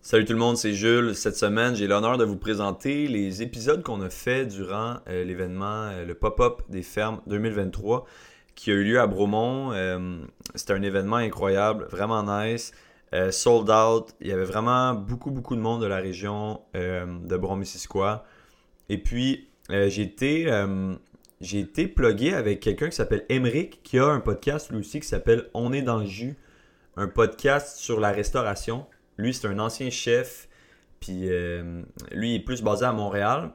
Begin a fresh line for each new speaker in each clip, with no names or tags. Salut tout le monde, c'est Jules. Cette semaine, j'ai l'honneur de vous présenter les épisodes qu'on a fait durant euh, l'événement, euh, le pop-up des fermes 2023 qui a eu lieu à Bromont. Euh, C'était un événement incroyable, vraiment nice. euh, sold out. Il y avait vraiment beaucoup, beaucoup de monde de la région euh, de Bromont-Missisquoi. Et puis, euh, j'ai été, euh, j'ai été plugué avec quelqu'un qui s'appelle Emeric, qui a un podcast lui aussi qui s'appelle On est dans le jus, un podcast sur la restauration. Lui, c'est un ancien chef, puis euh, lui, il est plus basé à Montréal.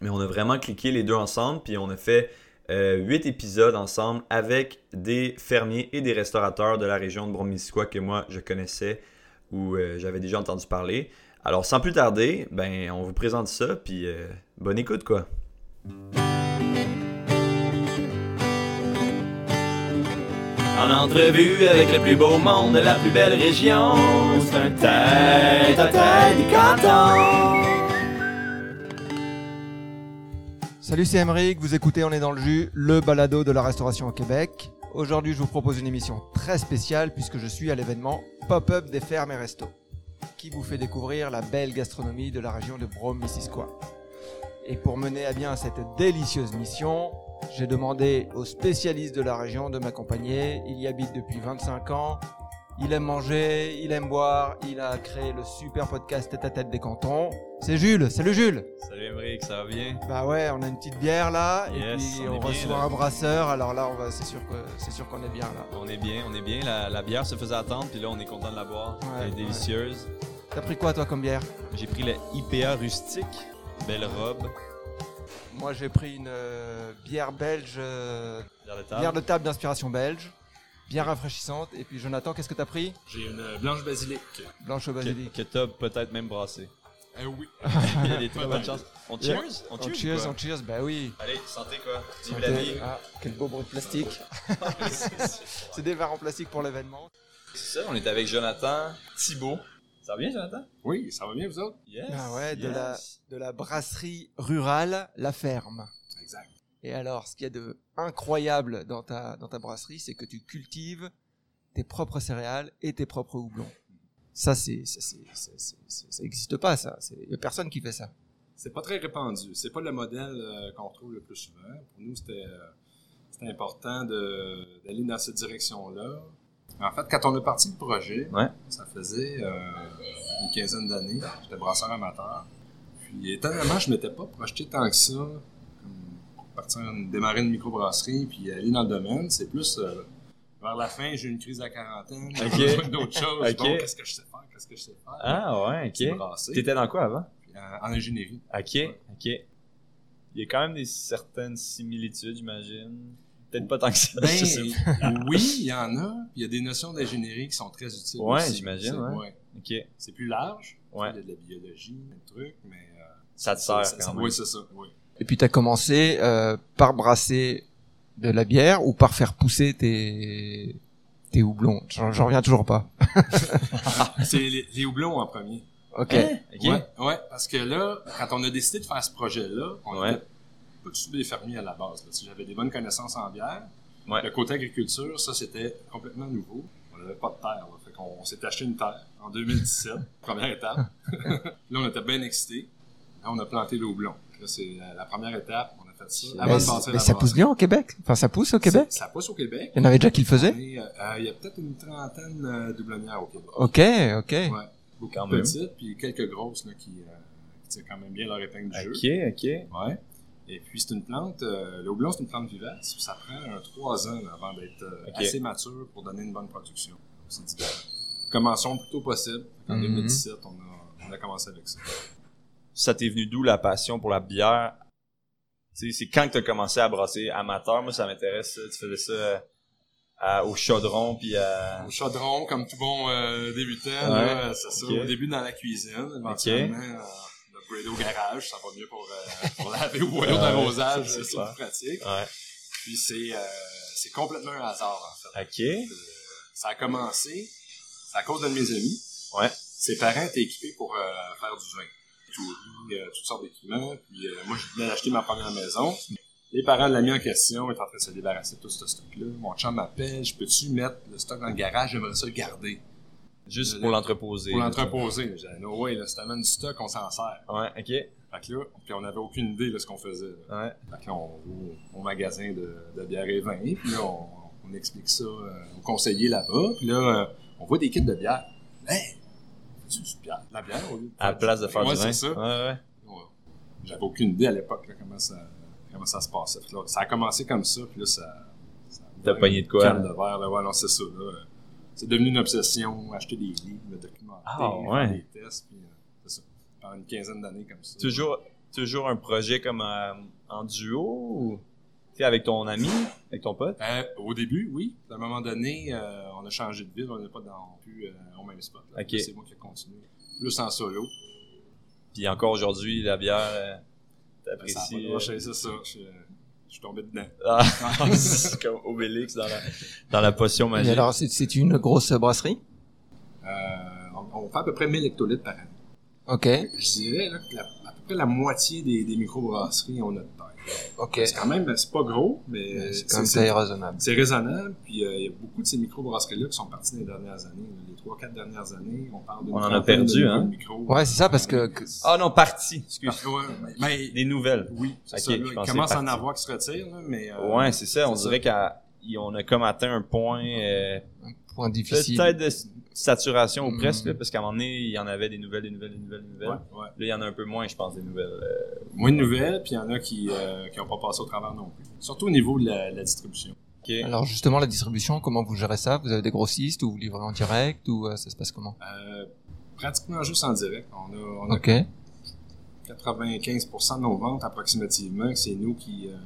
Mais on a vraiment cliqué les deux ensemble, puis on a fait euh, huit épisodes ensemble avec des fermiers et des restaurateurs de la région de Bromisquoi que moi, je connaissais ou euh, j'avais déjà entendu parler. Alors, sans plus tarder, ben, on vous présente ça, puis euh, bonne écoute, quoi.
En entrevue avec le plus beau monde de la plus belle région, c'est un tête à tête du canton.
Salut, c'est Emeric, vous écoutez On est dans le jus, le balado de la restauration au Québec. Aujourd'hui, je vous propose une émission très spéciale puisque je suis à l'événement Pop-up des fermes et restos, qui vous fait découvrir la belle gastronomie de la région de Brome-Missisquoi. Et pour mener à bien cette délicieuse mission, j'ai demandé aux spécialistes de la région de m'accompagner. Il y habite depuis 25 ans. Il aime manger, il aime boire, il a créé le super podcast Tête à Tête des Cantons. C'est Jules, salut Jules
Salut Emeric, ça va bien?
Bah ouais, on a une petite bière là,
Yes,
et puis
on
on,
est bien,
reçoit
là.
un brasseur, alors là on va c'est sûr que c'est sûr qu'on est bien là.
On est bien, on est bien. La, la bière se faisait attendre, puis là on est content de la boire.
Ouais,
Elle est
ouais.
délicieuse.
T'as pris quoi toi comme bière
J'ai pris la IPA rustique, belle robe,
Moi j'ai pris une euh, bière belge, euh,
bière de
bière
table.
de table d'inspiration belge, bien rafraîchissante, et puis Jonathan, qu'est-ce que t'as pris
J'ai
euh,
une blanche basilic.
Blanche au
Que,
basilic.
que t'as peut-être même brassé.
Eh oui.
Il y a des très
Ouais,
bonnes
ouais.
chances. On cheers? On
On
cheers? ou
cheers,
quoi?
on cheers, bah oui.
Allez, santé quoi. Vive
Santé.
la vie.
Ah, quel beau bruit de plastique. c'est des verres en plastique pour l'événement.
C'est ça, on est avec Jonathan Thibault. Ça va bien Jonathan?
Oui, ça va bien, vous autres?
Yes.
Ah ouais, de la- De la brasserie rurale, la ferme.
Exact.
Et alors, ce qu'il y a de incroyable dans ta, dans ta brasserie, c'est que tu cultives tes propres céréales et tes propres houblons. Ça, c'est, ça, c'est, c'est- c'est- c'est- ça n'existe pas, ça. C'est- Il n'y a personne qui fait ça.
C'est pas très répandu. C'est pas le modèle euh, qu'on retrouve le plus souvent. Pour nous, c'était euh, c'était important de- d'aller dans cette direction-là. En fait, quand on est parti le projet,
Ouais.
ça faisait euh, une quinzaine d'années. J'étais brasseur amateur. Puis étonnamment, je m'étais pas projeté tant que ça. Comme pour partir, démarrer une microbrasserie puis aller dans le domaine, c'est plus euh, vers la fin, j'ai eu une crise à la quarantaine, j'ai
Ok.
besoin d'autres choses.
Ok.
Bon, qu'est-ce que je sais faire? Qu'est-ce que je sais faire?
Ah ouais,
Puis
ok.
brasser.
T'étais dans quoi avant?
Puis en, en ingénierie.
Ok, ok. Il y a quand même des certaines similitudes, j'imagine. Peut-être pas tant que ça.
Ben,
je sais pas.
oui, il y en a. Puis il y a des notions d'ingénierie qui sont très utiles.
Ouais,
aussi.
j'imagine,
C'est-
ouais.
ouais.
Ok.
C'est plus large.
Ouais.
Il y a de la biologie, plein de trucs, mais. euh,
Ça te sert
ça-
quand
ça-
même.
Oui, c'est ça. Oui.
Et puis, tu as commencé euh, par brasser de la bière ou par faire pousser tes, tes houblons. J'en, j'en reviens toujours pas.
c'est les, les houblons en premier.
Ok.
Eh,
Ok.
Ouais, ouais, parce que là, quand on a décidé de faire ce projet-là, on
Ouais.
était pas tous des fermiers à la base. là. Si J'avais des bonnes connaissances en bière.
Ouais.
Le côté agriculture, ça, c'était complètement nouveau. On n'avait pas de terre. Là. Fait qu'on on s'est acheté une terre en 2017, première étape. là, on était bien excités. Là, on a planté le houblon. Là, c'est la, la première étape. On a fait ça.
Mais,
Avant de passer à
mais
la
ça pousse
brasserie.
bien au Québec. Enfin, ça pousse au Québec.
Ça, ça pousse au Québec.
Il y en avait déjà qui le faisaient.
Mais, euh, euh, il y a peut-être une trentaine euh, doublonnières au Québec.
Ok, ok.
Ouais. Beaucoup
Quand
de
même.
petites, puis quelques grosses là, qui, euh, qui tirent quand même bien leur épingle du jeu.
Ok, ok.
Ouais. Et puis, c'est une plante, euh, le houblon, c'est une plante vivace. Ça prend un 3 ans là, avant d'être euh,
Ok.
assez mature pour donner une bonne production. On s'est dit, ben, commençons le plus tôt possible. En
Mhm.
2017, on a, on a commencé avec ça.
Ça t'est venu d'où la passion pour la bière? Tu sais, C'est quand que t'as commencé à brasser amateur? Moi, ça m'intéresse. ça. Tu faisais ça euh, à- au chaudron, puis à...
Au chaudron, comme tout bon euh, débutant, là, c'est ça.
Ok.
Au début, dans la cuisine, éventuellement, euh, le bread au garage, ça va mieux pour, euh, pour laver au boyau
Ouais,
d'arrosage,
c'est
c'est
clair.
plus pratique.
Ouais.
Puis, c'est euh, c'est complètement un hasard, en fait.
Ok.
Euh, ça a commencé c'est à cause d'un de mes amis.
Ouais.
Ses parents étaient équipés pour euh, faire du vin. Tout, euh, toutes sortes d'équipements. Puis euh, moi, je venais d'acheter ma première maison. Les parents de l'ami en question étaient en train de se débarrasser de tout ce stock-là. Mon chum m'appelle. Je peux-tu mettre le stock dans le garage? J'aimerais ça le garder.
Juste
Le-
pour l'entreposer.
pour l'entreposer. J'ai dit, no way, là, si t'amènes du stock, on s'en sert.
Ouais, ok.
Fait que là, puis on n'avait aucune idée de ce qu'on faisait. là.
Ouais.
Fait que là, on va au magasin de, de bière et vin, puis là, on, on explique ça euh, au conseiller là-bas, puis là, euh, on voit des kits de bière. Hey! C'est du bière, de la bière au lieu
À la place de faire
Ouais,
du vin.
c'est ça.
Ouais, ouais.
Ouais. J'avais aucune idée à l'époque là, comment, ça, comment ça se passait. Fait que là, ça a commencé comme ça, puis là, ça. ça a
T'as
ouvert
pogné
une
de quoi, hein?
canne
là?
de verre, là, ouais, non, c'est ça. là. C'est devenu une obsession, acheter des livres, me documenter,
Ah, ouais.
faire des tests, puis euh, c'est ça. Pendant une quinzaine d'années comme ça.
Toujours, toujours un projet comme euh, en duo ou tu sais, avec ton ami, avec ton pote.
Euh, au début, oui. À un moment donné, euh, on a changé de ville, on n'est pas dans, plus euh, au même spot. là.
Ok.
C'est moi qui ai continué. Plus en solo.
Puis encore aujourd'hui, la bière,
Ça
euh,
a pas
t'apprécies.
marché, c'est ça. Je, je suis tombé dedans.
euh, ah, c'est comme Obélix dans la, dans la potion
Et
magique.
alors, c'est- c'est une grosse brasserie
Euh, on, on fait à peu près 1000 hectolitres par année.
Ok,
Je dirais là, que la- à peu près la moitié des, des microbrasseries ont notre taille.
ok. Euh,
C'est quand même, c'est pas gros, mais
C'est quand
c'est
même
c'est-
très raisonnable.
c'est raisonnable. Puis euh, il y a beaucoup de ces microbrasseries-là qui sont parties les dernières années. là. Les 3-4 dernières années, on parle de
On en a perdu, hein.
Ouais, c'est ça, parce que... que-
Ah non, parti. Excuse.
Ah, ouais, mais- mais-
Des nouvelles.
Oui, c'est
Ok,
ça. là.
je
il
pensais
commence à en
parti.
avoir qui se retirent, là, mais... euh,
ouais, c'est ça. On
c'est ça.
dirait qu'on a comme atteint un point. euh,
Point difficile.
Peut-être de s- saturation ou
Mm.
presque, là, parce qu'à un moment donné, il y en avait des nouvelles, des nouvelles, des nouvelles,
ouais,
des nouvelles.
ouais.
Là, il y en a un peu moins, je pense, des nouvelles. euh,
Moins de nouvelles, puis il y en a qui euh, qui ont pas passé au travers non plus. Surtout au niveau de la, la distribution.
ok.
Alors justement, la distribution, comment vous gérez ça Vous avez des grossistes ou vous livrez en direct ou euh, ça se passe comment
Euh, pratiquement juste en direct. On a, on a
Ok,
95% de nos ventes approximativement, c'est nous qui, euh,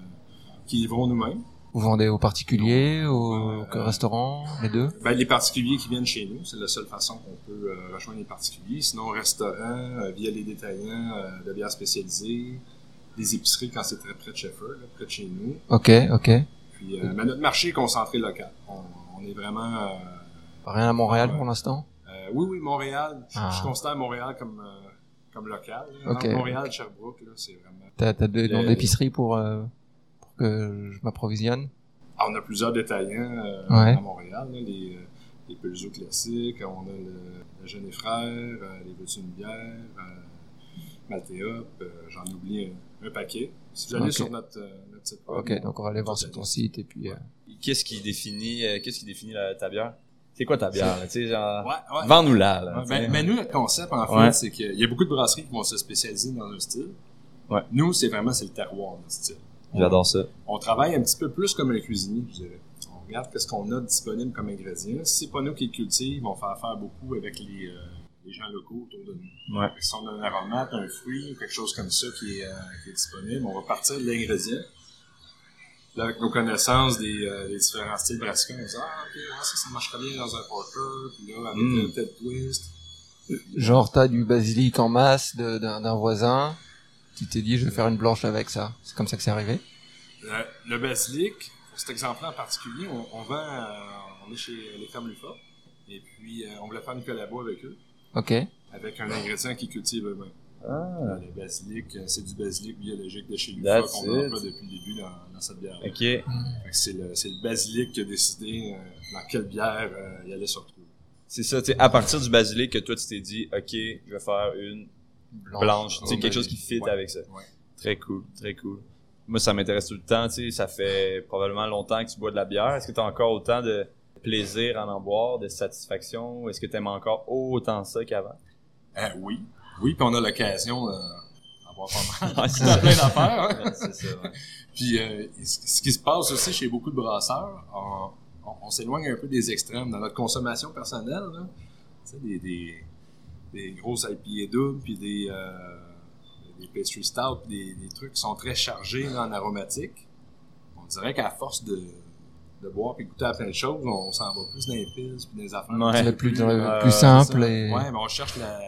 qui livrons nous-mêmes.
vous vendez aux particuliers, aux,
Euh,
aux restaurants, les deux
Ben, les particuliers qui viennent chez nous, c'est la seule façon qu'on peut euh, rejoindre les particuliers. Sinon, restaurant, euh, via les détaillants euh, de bières spécialisées, des épiceries quand c'est très près de Sheffer, là, près de chez nous.
Ok, ok.
Puis, euh, mais notre marché est concentré local. On, on est vraiment. euh,
Rien à Montréal pour l'instant
euh, oui, oui, Montréal. Je,
Ah.
je considère Montréal comme, euh, comme local. là.
Ok.
Entre Montréal, Sherbrooke, là, c'est vraiment.
T'as t'as des noms
Le-
d'épicerie pour, euh, pour que je m'approvisionne
Ah, on a plusieurs détaillants euh,
Ouais.
à Montréal. là, les, euh, les Peugeot classiques, on a le, le Jeune et Frère, euh, les Veux-tu une bière, euh, Maltéop, euh, j'en oublie un, un paquet. Si vous allez
Ok.
sur notre, euh, notre site web,
Ok, donc on va aller voir sur ton site et puis... euh,
Qu'est-ce qui définit, euh, qu'est-ce qui définit la, ta bière? C'est quoi ta bière, là? Tu sais, genre,
Ouais, ouais.
vends-nous-la, là.
Ouais,
tu sais.
ben, ben, nous, notre concept, en fait,
Ouais.
c'est qu'il y a beaucoup de brasseries qui vont se spécialiser dans un style.
Ouais.
Nous, c'est vraiment c'est le terroir, notre style.
J'adore ça.
On travaille un petit peu plus comme un cuisinier, je dirais. On regarde qu'est-ce qu'on a disponible comme ingrédients. Si c'est pas nous qui le cultivent, on fait affaire beaucoup avec les, euh, les gens locaux autour de nous.
Ouais.
Si on a un aromate, un fruit, quelque chose comme ça qui est, euh, qui est disponible, on va partir de l'ingrédient. Là, avec nos connaissances des, euh, des différents styles brassicoles, on se dit Ah, ok, ouais, ça, ça marcherait bien dans un porter, puis là, avec
Mm.
un tête twist.
Genre, t'as du basilic en masse de- d'un d'un voisin. Tu t'es dit, je vais faire une blanche avec ça. C'est comme ça que c'est arrivé.
Le, Euh, le basilic, pour cet exemple en particulier, on, on vend, euh, on est chez les femmes Lufa, et puis euh, on voulait faire une collabo avec eux,
Ok.
avec un ingrédient qu'ils cultivent eux-mêmes.
Ah.
Le basilic, euh, c'est du basilic biologique de chez Lufa
That's
qu'on
it.
pas depuis le début dans, dans cette bière.
Ok.
C'est le, c'est le basilic qui a décidé euh, dans quelle bière euh, il allait se retrouver.
C'est ça, tu sais, à partir du basilic que toi, tu t'es dit, ok, je vais faire une blanche, tu sais,
Ouais,
quelque chose qui
basilic.
fit
Ouais.
avec ça.
Ouais.
Très cool, très cool. Moi, ça m'intéresse tout le temps, tu sais, ça fait probablement longtemps que tu bois de la bière. Est-ce que tu as encore autant de plaisir à en boire, de satisfaction, ou est-ce que tu aimes encore autant ça qu'avant?
Ah oui, oui, puis on a l'occasion euh, d'en boire pas mal.
Ouais, c'est
Il y a
ça.
plein d'affaires.
Ouais, c'est ça, ouais.
Puis euh, ce ce qui se passe aussi chez beaucoup de brasseurs, on, on- on s'éloigne un peu des extrêmes dans notre consommation personnelle. Là, tu sais, des, des, des grosses IPA doubles, puis des, euh, des pastry stout, puis des, des trucs qui sont très chargés là, en aromatique. On dirait qu'à force de, de boire et goûter à plein de choses, on s'en va plus dans les pistes, puis dans les affaires.
Ouais.
C'est le plus, le
euh,
plus simple et...
Ouais, mais on cherche la-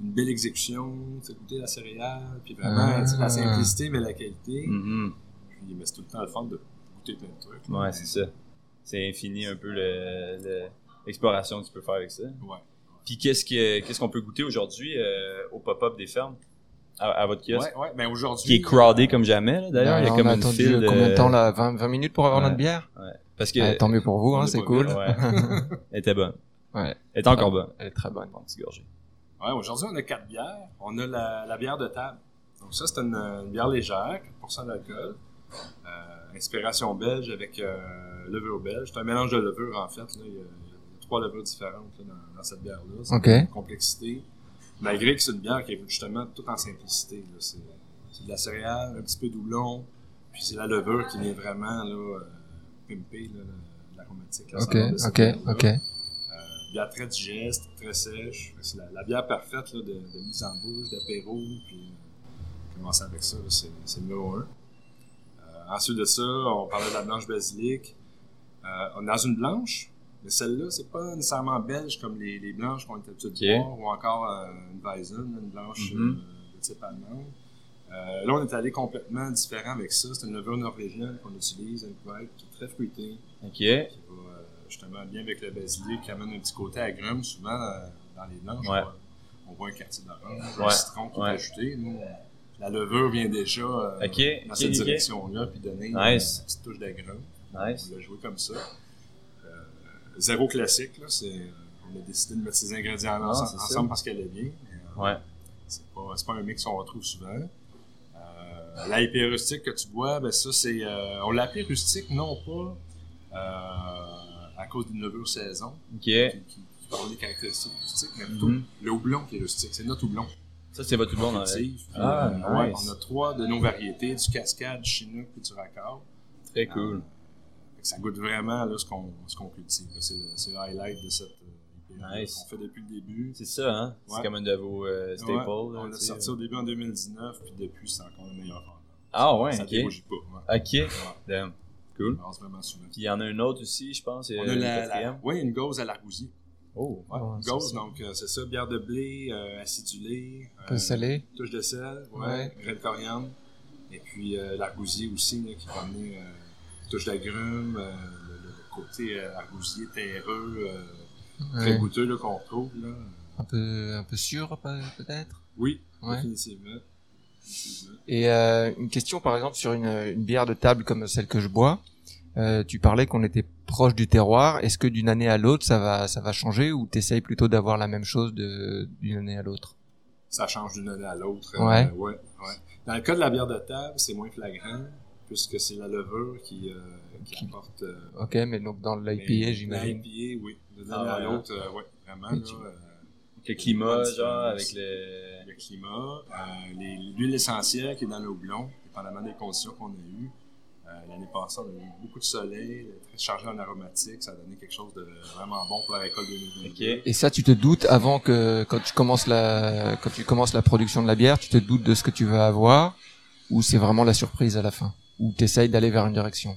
une belle exécution, tu sais, goûter la céréale, puis vraiment
Ah.
tu sais, la simplicité mais la qualité.
Mhm.
Puis, mais c'est tout le temps le fun de goûter plein de trucs.
Ouais, c'est ça. C'est infini un peu le- le- l'exploration que tu peux faire avec ça.
Ouais.
Puis qu'est-ce que- qu'est-ce qu'on peut goûter aujourd'hui euh, au pop-up des fermes, à, à votre kiosque?
Ouais, ouais. Ben aujourd'hui.
Qui est crowdé comme jamais, là, d'ailleurs.
Ouais,
Il y a
Ben, on
comme
a
une
attendu
file de-
combien de temps là 20, 20 minutes pour avoir
Ouais.
notre bière
Parce que...
Eh, Tant mieux pour vous,
on
hein,
est
c'est
pas
cool. Ah.
Ouais. Elle était bonne.
Ouais.
Elle est encore bonne.
Elle est très bonne.
Prends une petite gorgée.
Ouais, aujourd'hui, on a quatre bières. On a la, la bière de table. Donc, ça, c'est une, une bière légère, 4 d'alcool. Euh, inspiration belge avec euh, levure belge. C'est un mélange de levures, en fait. Là. Il, y a, il y a trois levures différentes là, dans, dans cette bière-là. C'est
Ok.
une complexité. Malgré que c'est une bière qui est justement tout en simplicité. là. C'est c'est de la céréale, un petit peu doublon. Puis c'est la levure qui vient vraiment là, euh, pimper là, l'aromatique. la
Ok,
saveur de cette
ok,
bière-là.
ok.
Euh, bière très digeste, très sèche. Fait que C'est la, la bière parfaite là, de, de mise en bouche, d'apéro. Puis euh, commencer avec ça, là, c'est c'est le numéro un. Euh, ensuite de ça, on parlait de la blanche basilic. Euh, on est dans une blanche, mais celle-là, c'est pas nécessairement belge comme les, les blanches qu'on est habitué de
Ok.
voir, ou encore euh, une Weizen, une blanche
Mhm.
euh, de type allemand. Euh, là, on est allé complètement différent avec ça. C'est une levure norvégienne qu'on utilise, une poêle qui est très fruitée
Ok.
qui va euh, justement bien avec le basilic, qui amène un petit côté agrume souvent euh, dans, les blanches.
Ouais.
On, on voit un quartier d'orange, un
Ouais.
citron qui
Ouais.
est ajouté. Nous, euh, la levure vient déjà euh,
Ok,
dans
ok,
cette
ok.
direction-là, puis donner
Nice.
euh, une petite touche d'agrume.
Nice.
On l'a joué comme ça. Euh, zéro classique, là, c'est, euh, on a décidé de mettre ces ingrédients
Ah,
ensemble,
c'est ça.
ensemble parce qu'elle est bien. mais, euh,
Ouais.
c'est pas, c'est pas un mix qu'on retrouve souvent. Euh, la IPA rustique que tu bois, ben ça, c'est. euh, on l'a appelé rustique, non pas euh, à cause d'une levure saison,
Ok.
qui, qui, qui parle des caractéristiques rustiques, mais plutôt
Mhm.
le houblon qui est rustique. C'est notre houblon.
Ça, c'est votre bon
qu'on
dans
cultive. Puis,
Ah,
euh, ouais,
nice.
on a trois de nos variétés, du cascade, du chinook et du raccord.
Très cool.
Fait que Ça goûte vraiment là, ce qu'on ce qu'on cultive. là. C'est le, c'est le highlight de cette euh, IPA
Nice.
qu'on fait depuis le début.
C'est ça, hein? C'est
Ouais.
comme une de vos euh, staples.
Ouais,
là,
on
tu
l'a
sais. euh.
sorti au début en 2019, puis depuis, c'est encore le meilleur vendeur.
Ah ouais,
ça
ok.
dérougit pas. ouais.
Ok.
Ouais.
Damn.
On
Cool.
passe vraiment souvent.
Puis il y en a un autre aussi, je pense.
On
euh,
a
le
la, la-
quatrième.
ouais, une gauze à l'argousier.
Oh.
Ouais,
Ouais,
une
ça,
gauze,
ça.
donc euh, c'est ça, bière de blé, euh, acidulée,
Un peu
euh,
salée.
touche de sel, ouais,
Ouais.
graines de coriandre, et puis euh, l'argousier aussi, là, qui va amener euh, une touche d'agrumes, euh, le, le côté euh, argousier terreux, euh, très
Ouais.
goûteux là, qu'on retrouve. Là.
Un peu, un peu sûr, peut-être.
Oui,
Ouais.
définitivement. Définitivement.
Et euh, une question, par exemple, sur une, une bière de table comme celle que je bois. Euh, tu parlais qu'on était proche du terroir. Est-ce que d'une année à l'autre, ça va, ça va changer ou t'essayes plutôt d'avoir la même chose de- d'une année à l'autre
ça change d'une année à l'autre. hein.
Ouais.
ouais, ouais. Dans le cas de la bière de table, c'est moins flagrant, puisque c'est la levure qui, euh, qui apporte... euh, ben,
Ok, mais donc dans l'IPA,
mais-
j'imagine.
L'IPA, oui. D'une
Ah,
année à
ouais,
l'autre, euh, ouais, vraiment, là,
Ok.
euh,
Avec le climat,
Ouais,
genre,
c'est-
avec le.
le climat, euh, les- l'huile essentielle qui est dans le houblon, dépendamment des conditions qu'on a eues. Euh, L'année passée, on a eu beaucoup de soleil, très chargé en aromatique, ça a donné quelque chose de vraiment bon pour la récolte 2022.
Ok.
Et ça, tu te doutes avant que quand tu commences la quand tu commences la production de la bière, tu te doutes de ce que tu vas avoir ou c'est vraiment la surprise à la fin ou t'essayes d'aller vers une direction.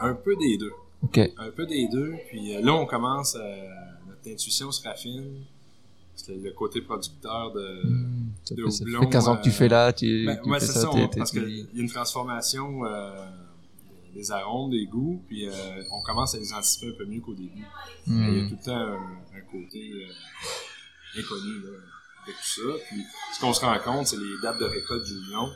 Un- un peu des deux.
Ok.
un peu des deux. Puis euh, là, on commence, euh, notre intuition se raffine. Parce que le côté producteur de...
Hmm, Ça
Euh, de
fait, ça
houblon,
fait 15 ans que tu
euh,
fais là, tu,
Ben,
tu
ouais,
fais
c'est
ça,
ça,
t'es-
on-
t'es-
parce
tu-
qu'il y a une transformation euh, des arômes, des goûts, puis euh, on commence à les anticiper un peu mieux qu'au début.
Hmm.
Mais Il y a tout le temps un, un côté euh, inconnu là, avec tout ça. Puis ce qu'on se rend compte, c'est les dates de récolte du lion.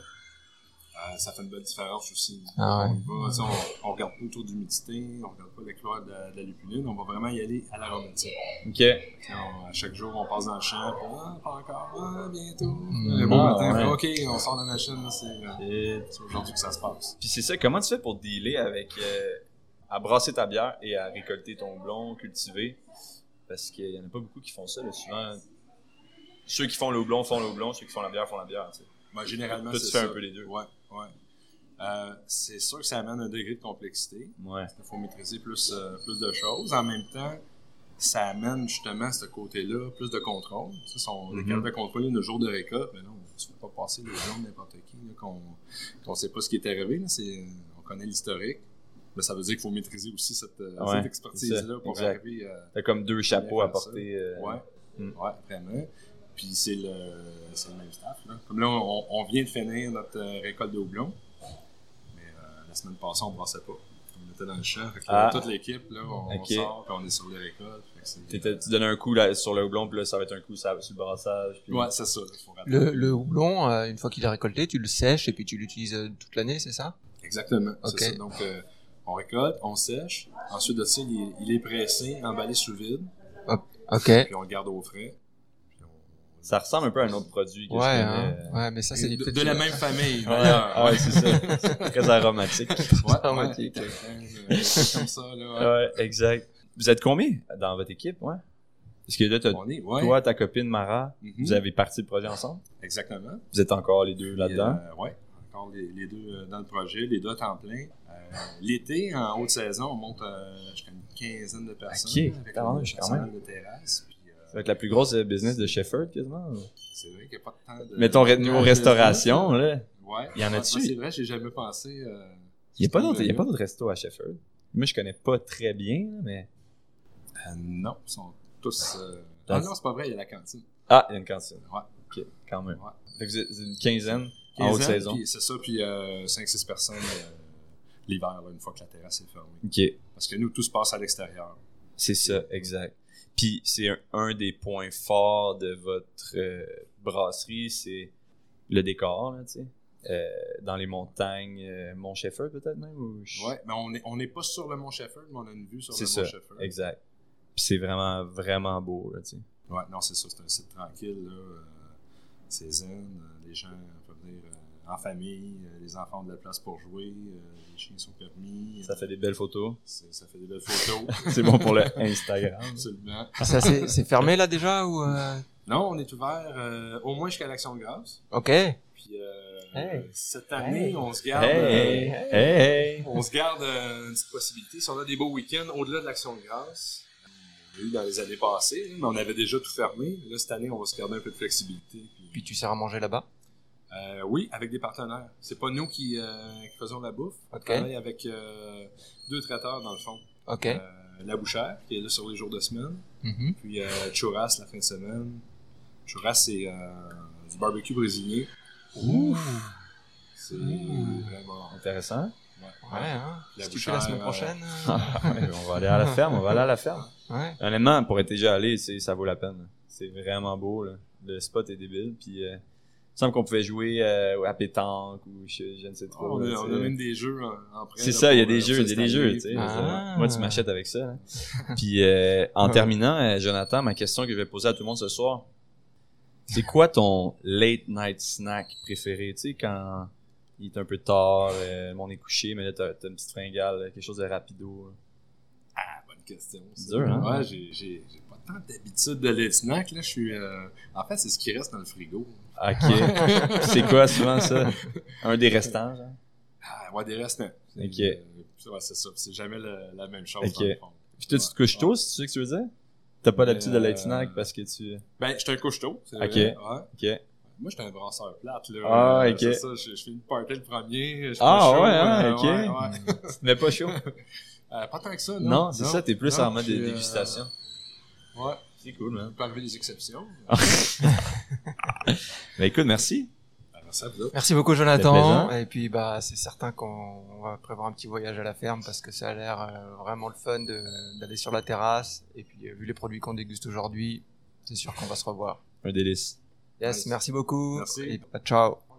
Euh, ça fait une bonne différence aussi.
Ah ouais.
on, y va, tu sais, on- on regarde pas autour d'humidité, on regarde pas le chlore de la, de la lupuline, on va vraiment y aller à l'aromatique.
Ok.
Puis on- à chaque jour, on passe dans le champ, puis, ah, pas encore, ah, bientôt.
Mm.
Le beau
Ah,
matin,
ouais.
ok, on sort la machine, là, c'est euh,
Et-
c'est aujourd'hui que ça se passe.
Puis c'est ça, comment tu fais pour dealer avec. euh, à brasser ta bière et à récolter ton blond, cultiver? Parce qu'il y en a pas beaucoup qui font ça, là. Souvent, ceux qui font le houblon font le houblon, ceux qui font la bière font la bière, tu sais.
Moi, généralement,
Toi,
c'est
tu
ça.
fais un peu les deux.
Ouais, ouais. Euh, c'est sûr que ça amène un degré de complexité.
Ouais.
Il faut maîtriser plus, euh, plus de choses. En même temps, ça amène justement ce côté-là, plus de contrôle. Ça, si on est
Mhm.
capable de contrôler nos jours de récolte, mais non, tu ne peux pas passer le jour de n'importe qui, là, qu'on ne sait pas ce qui est arrivé. là. C'est- on connaît l'historique. Mais ça veut dire qu'il faut maîtriser aussi cette, euh,
Ouais,
cette expertise-là
c'est ça,
pour
exact.
arriver à
T'as comme deux chapeaux à
Bien faire ça.
porter. euh,
Ouais.
Mm.
Ouais, vraiment. Puis c'est le, c'est le même staff. Là. Comme là, on, on vient de finir notre euh, récolte de houblon. Mais euh, la semaine passée, on ne brassait pas. On était dans le champ. Fait que, là,
Ah.
Toute l'équipe, là, on
Ok.
sort puis on est sur les récoltes. Fait que c'est- euh,
T'étais- Tu donnais un coup là, sur le houblon, puis là, ça va être un coup ça- sur le brassage. Puis...
Ouais, c'est ça. là, faut rappeler.
Le, le houblon, euh, une fois qu'il est récolté, tu le sèches et puis tu l'utilises euh, toute l'année, c'est ça
Exactement.
Ok.
C'est ça. Donc, euh, on récolte, on sèche. Ensuite de ça, il, est- il est pressé, emballé sous vide.
Ok.
puis on le garde au frais. Puis on-
Ça ressemble un peu à un autre produit que
Ouais,
je
hein.
connais.
ouais, mais ça, c'est
de,
peut-être-
de la même famille,
Ouais,
d'ailleurs.
ouais, c'est ça. C'est très aromatique.
aromatique.
ouais, quelque chose euh, comme ça, là.
Ouais, exact. Vous êtes combien dans votre équipe, ouais? Parce que là, t'as-
On est, ouais.
toi, ta copine Mara,
Mhm.
vous avez parti le projet ensemble.
Exactement.
Vous êtes encore les deux là-dedans.
Puis, euh, ouais, encore les, les deux euh, dans le projet, les deux à temps plein. Euh, L'été, en haute saison, on monte euh, jusqu'à une quinzaine de personnes.
Ok,
avec
tabarnak,
un
je suis quand même.
personnel de terrace. puis, euh,
Ça va être la plus grosse euh, business de Shepherd, quasiment. ou?
C'est vrai qu'il n'y a pas de temps de.
Mettons,
de-
re- niveau restauration, là.
Ouais.
Il y en a
Ouais,
dessus.
C'est vrai, j'ai jamais pensé. euh,
Il n'y a pas
ce
d'autres il y a
niveau-là.
pas d'autres restos à Sheffield. Moi, je connais pas très bien, là, mais.
Euh, non, ils sont tous. euh,
Dans-
Ah non, c'est pas vrai, il y a la cantine.
Ah, il y a une cantine.
Ouais.
Ok, quand même.
Ouais.
Fait que vous êtes vous êtes une quinzaine en haute
15 ans,
saison.
puis C'est ça, puis 5-6 personnes euh, l'hiver, là, une fois que la terrasse est fermée.
Ok,
Parce que nous, tout se passe à l'extérieur.
c'est ça, exact. Puis c'est un, un des points forts de votre euh, brasserie, c'est le décor, là, tu sais. Euh, dans les montagnes, euh, Mont Sheffield peut-être même ou je-
Ouais, mais on n'est on est pas sur le Mont Sheffield, mais on a une vue sur le
C'est
Mont
ça,
Sheffield.
Exact. Puis c'est vraiment, vraiment beau, là, tu sais.
Ouais, non, c'est ça, c'est un site tranquille, là. euh, c'est zen, euh, les gens peuvent venir euh, en famille, euh, les enfants ont de la place pour jouer, euh, les chiens sont permis.
Ça
euh,
fait des belles photos.
c'est- ça fait des belles photos,
C'est bon pour le Instagram.
absolument.
Ça, c'est c'est fermé là déjà ou euh,
Non, on est ouvert euh, au moins jusqu'à l'Action de grâce.
Ok.
Puis euh,
Hey.
cette année, on se garde... euh,
Hey, hey, hey.
On se garde euh, une petite possibilité. Si on a des beaux week-ends, au-delà de l'Action de grâce, on a eu dans les années passées, hein, mais on avait déjà tout fermé. Là, cette année, on va se garder un peu de flexibilité. puis-
Puis tu sers à manger là-bas.
Euh, oui, avec des partenaires. C'est pas nous qui, euh, qui faisons la bouffe. On
Ok.
travaille avec euh, deux traiteurs, dans le fond.
Ok.
Euh, la Bouchère, qui est là sur les jours de semaine,
Mhm.
puis euh, Churras la fin de semaine. Churras, c'est euh, du barbecue brésilien. Ouf! C'est vraiment...
Intéressant.
Mmh. Ouais. Hein.
La
Si tu fais la
bouchère,
semaine
euh,
prochaine.
Ouais, on va aller à la ferme, on va aller à la ferme.
euh, Ouais.
Honnêtement, pour être déjà allé, c'est- ça vaut la peine. C'est vraiment beau. Là. Le spot est débile. Puis, euh, il me semble qu'on pouvait jouer euh, à pétanque ou je, je ne sais trop.
Ah, on,
là,
a,
tu
on a
sais.
même des jeux en, en prêt,
c'est
là,
ça, il y a
pour,
des
euh,
jeux, il y a des
cette
jeux.
année.
tu sais.
Ah.
Moi, tu m'achètes avec ça. là. Puis, euh, en terminant, euh, Jonathan, ma question que je vais poser à tout le monde ce soir, c'est quoi ton late night snack préféré? Tu sais, quand il est un peu tard, euh, le monde est couché, mais là, t'as t'as une petite fringale, là, quelque chose de rapido. là.
Bonne question.
C'est
ça.
dur, hein?
Ouais, j'ai, j'ai, j'ai pas tant d'habitude de les snack. Là, je suis. euh, En fait, c'est ce qui reste dans le frigo.
Ok. c'est quoi souvent ça? Un des restants, genre?
Ah, ouais, des restants. C'est,
Ok.
euh, ouais, c'est ça. C'est jamais la, la même chose.
Ok.
dans le fond.
Puis toi, tu te couches tôt, c'est ça que tu veux dire? T'as pas l'habitude de late
Euh,
snack parce que tu.
Ben, je suis un couche-tôt. c'est
Ok.
vrai, ouais.
Ok.
Moi, j'étais un brasseur plate, là.
Ah,
Euh,
ok.
C'est ça, je, je fais une party le premier. je suis
Ah,
pas chaud,
ouais,
euh,
ouais,
ouais, ouais.
Mais pas chaud.
Euh, pas tant que ça, non.
Non, c'est ça, t'es plus
Non,
en mode
puis,
de
euh,
dégustation.
Ouais.
C'est cool, man. Ah.
Il peut arriver des exceptions.
Ben écoute, merci.
Ben, merci à vous autres.
Merci beaucoup Jonathan.
plaisant.
Et puis bah c'est certain qu'on on va prévoir un petit voyage à la ferme parce que ça a l'air euh, vraiment le fun de- d'aller sur la terrasse. Et puis euh, vu les produits qu'on déguste aujourd'hui, c'est sûr qu'on va se revoir.
Un délice.
Yes,
Nice.
merci beaucoup.
Merci.
Et, bah, ciao.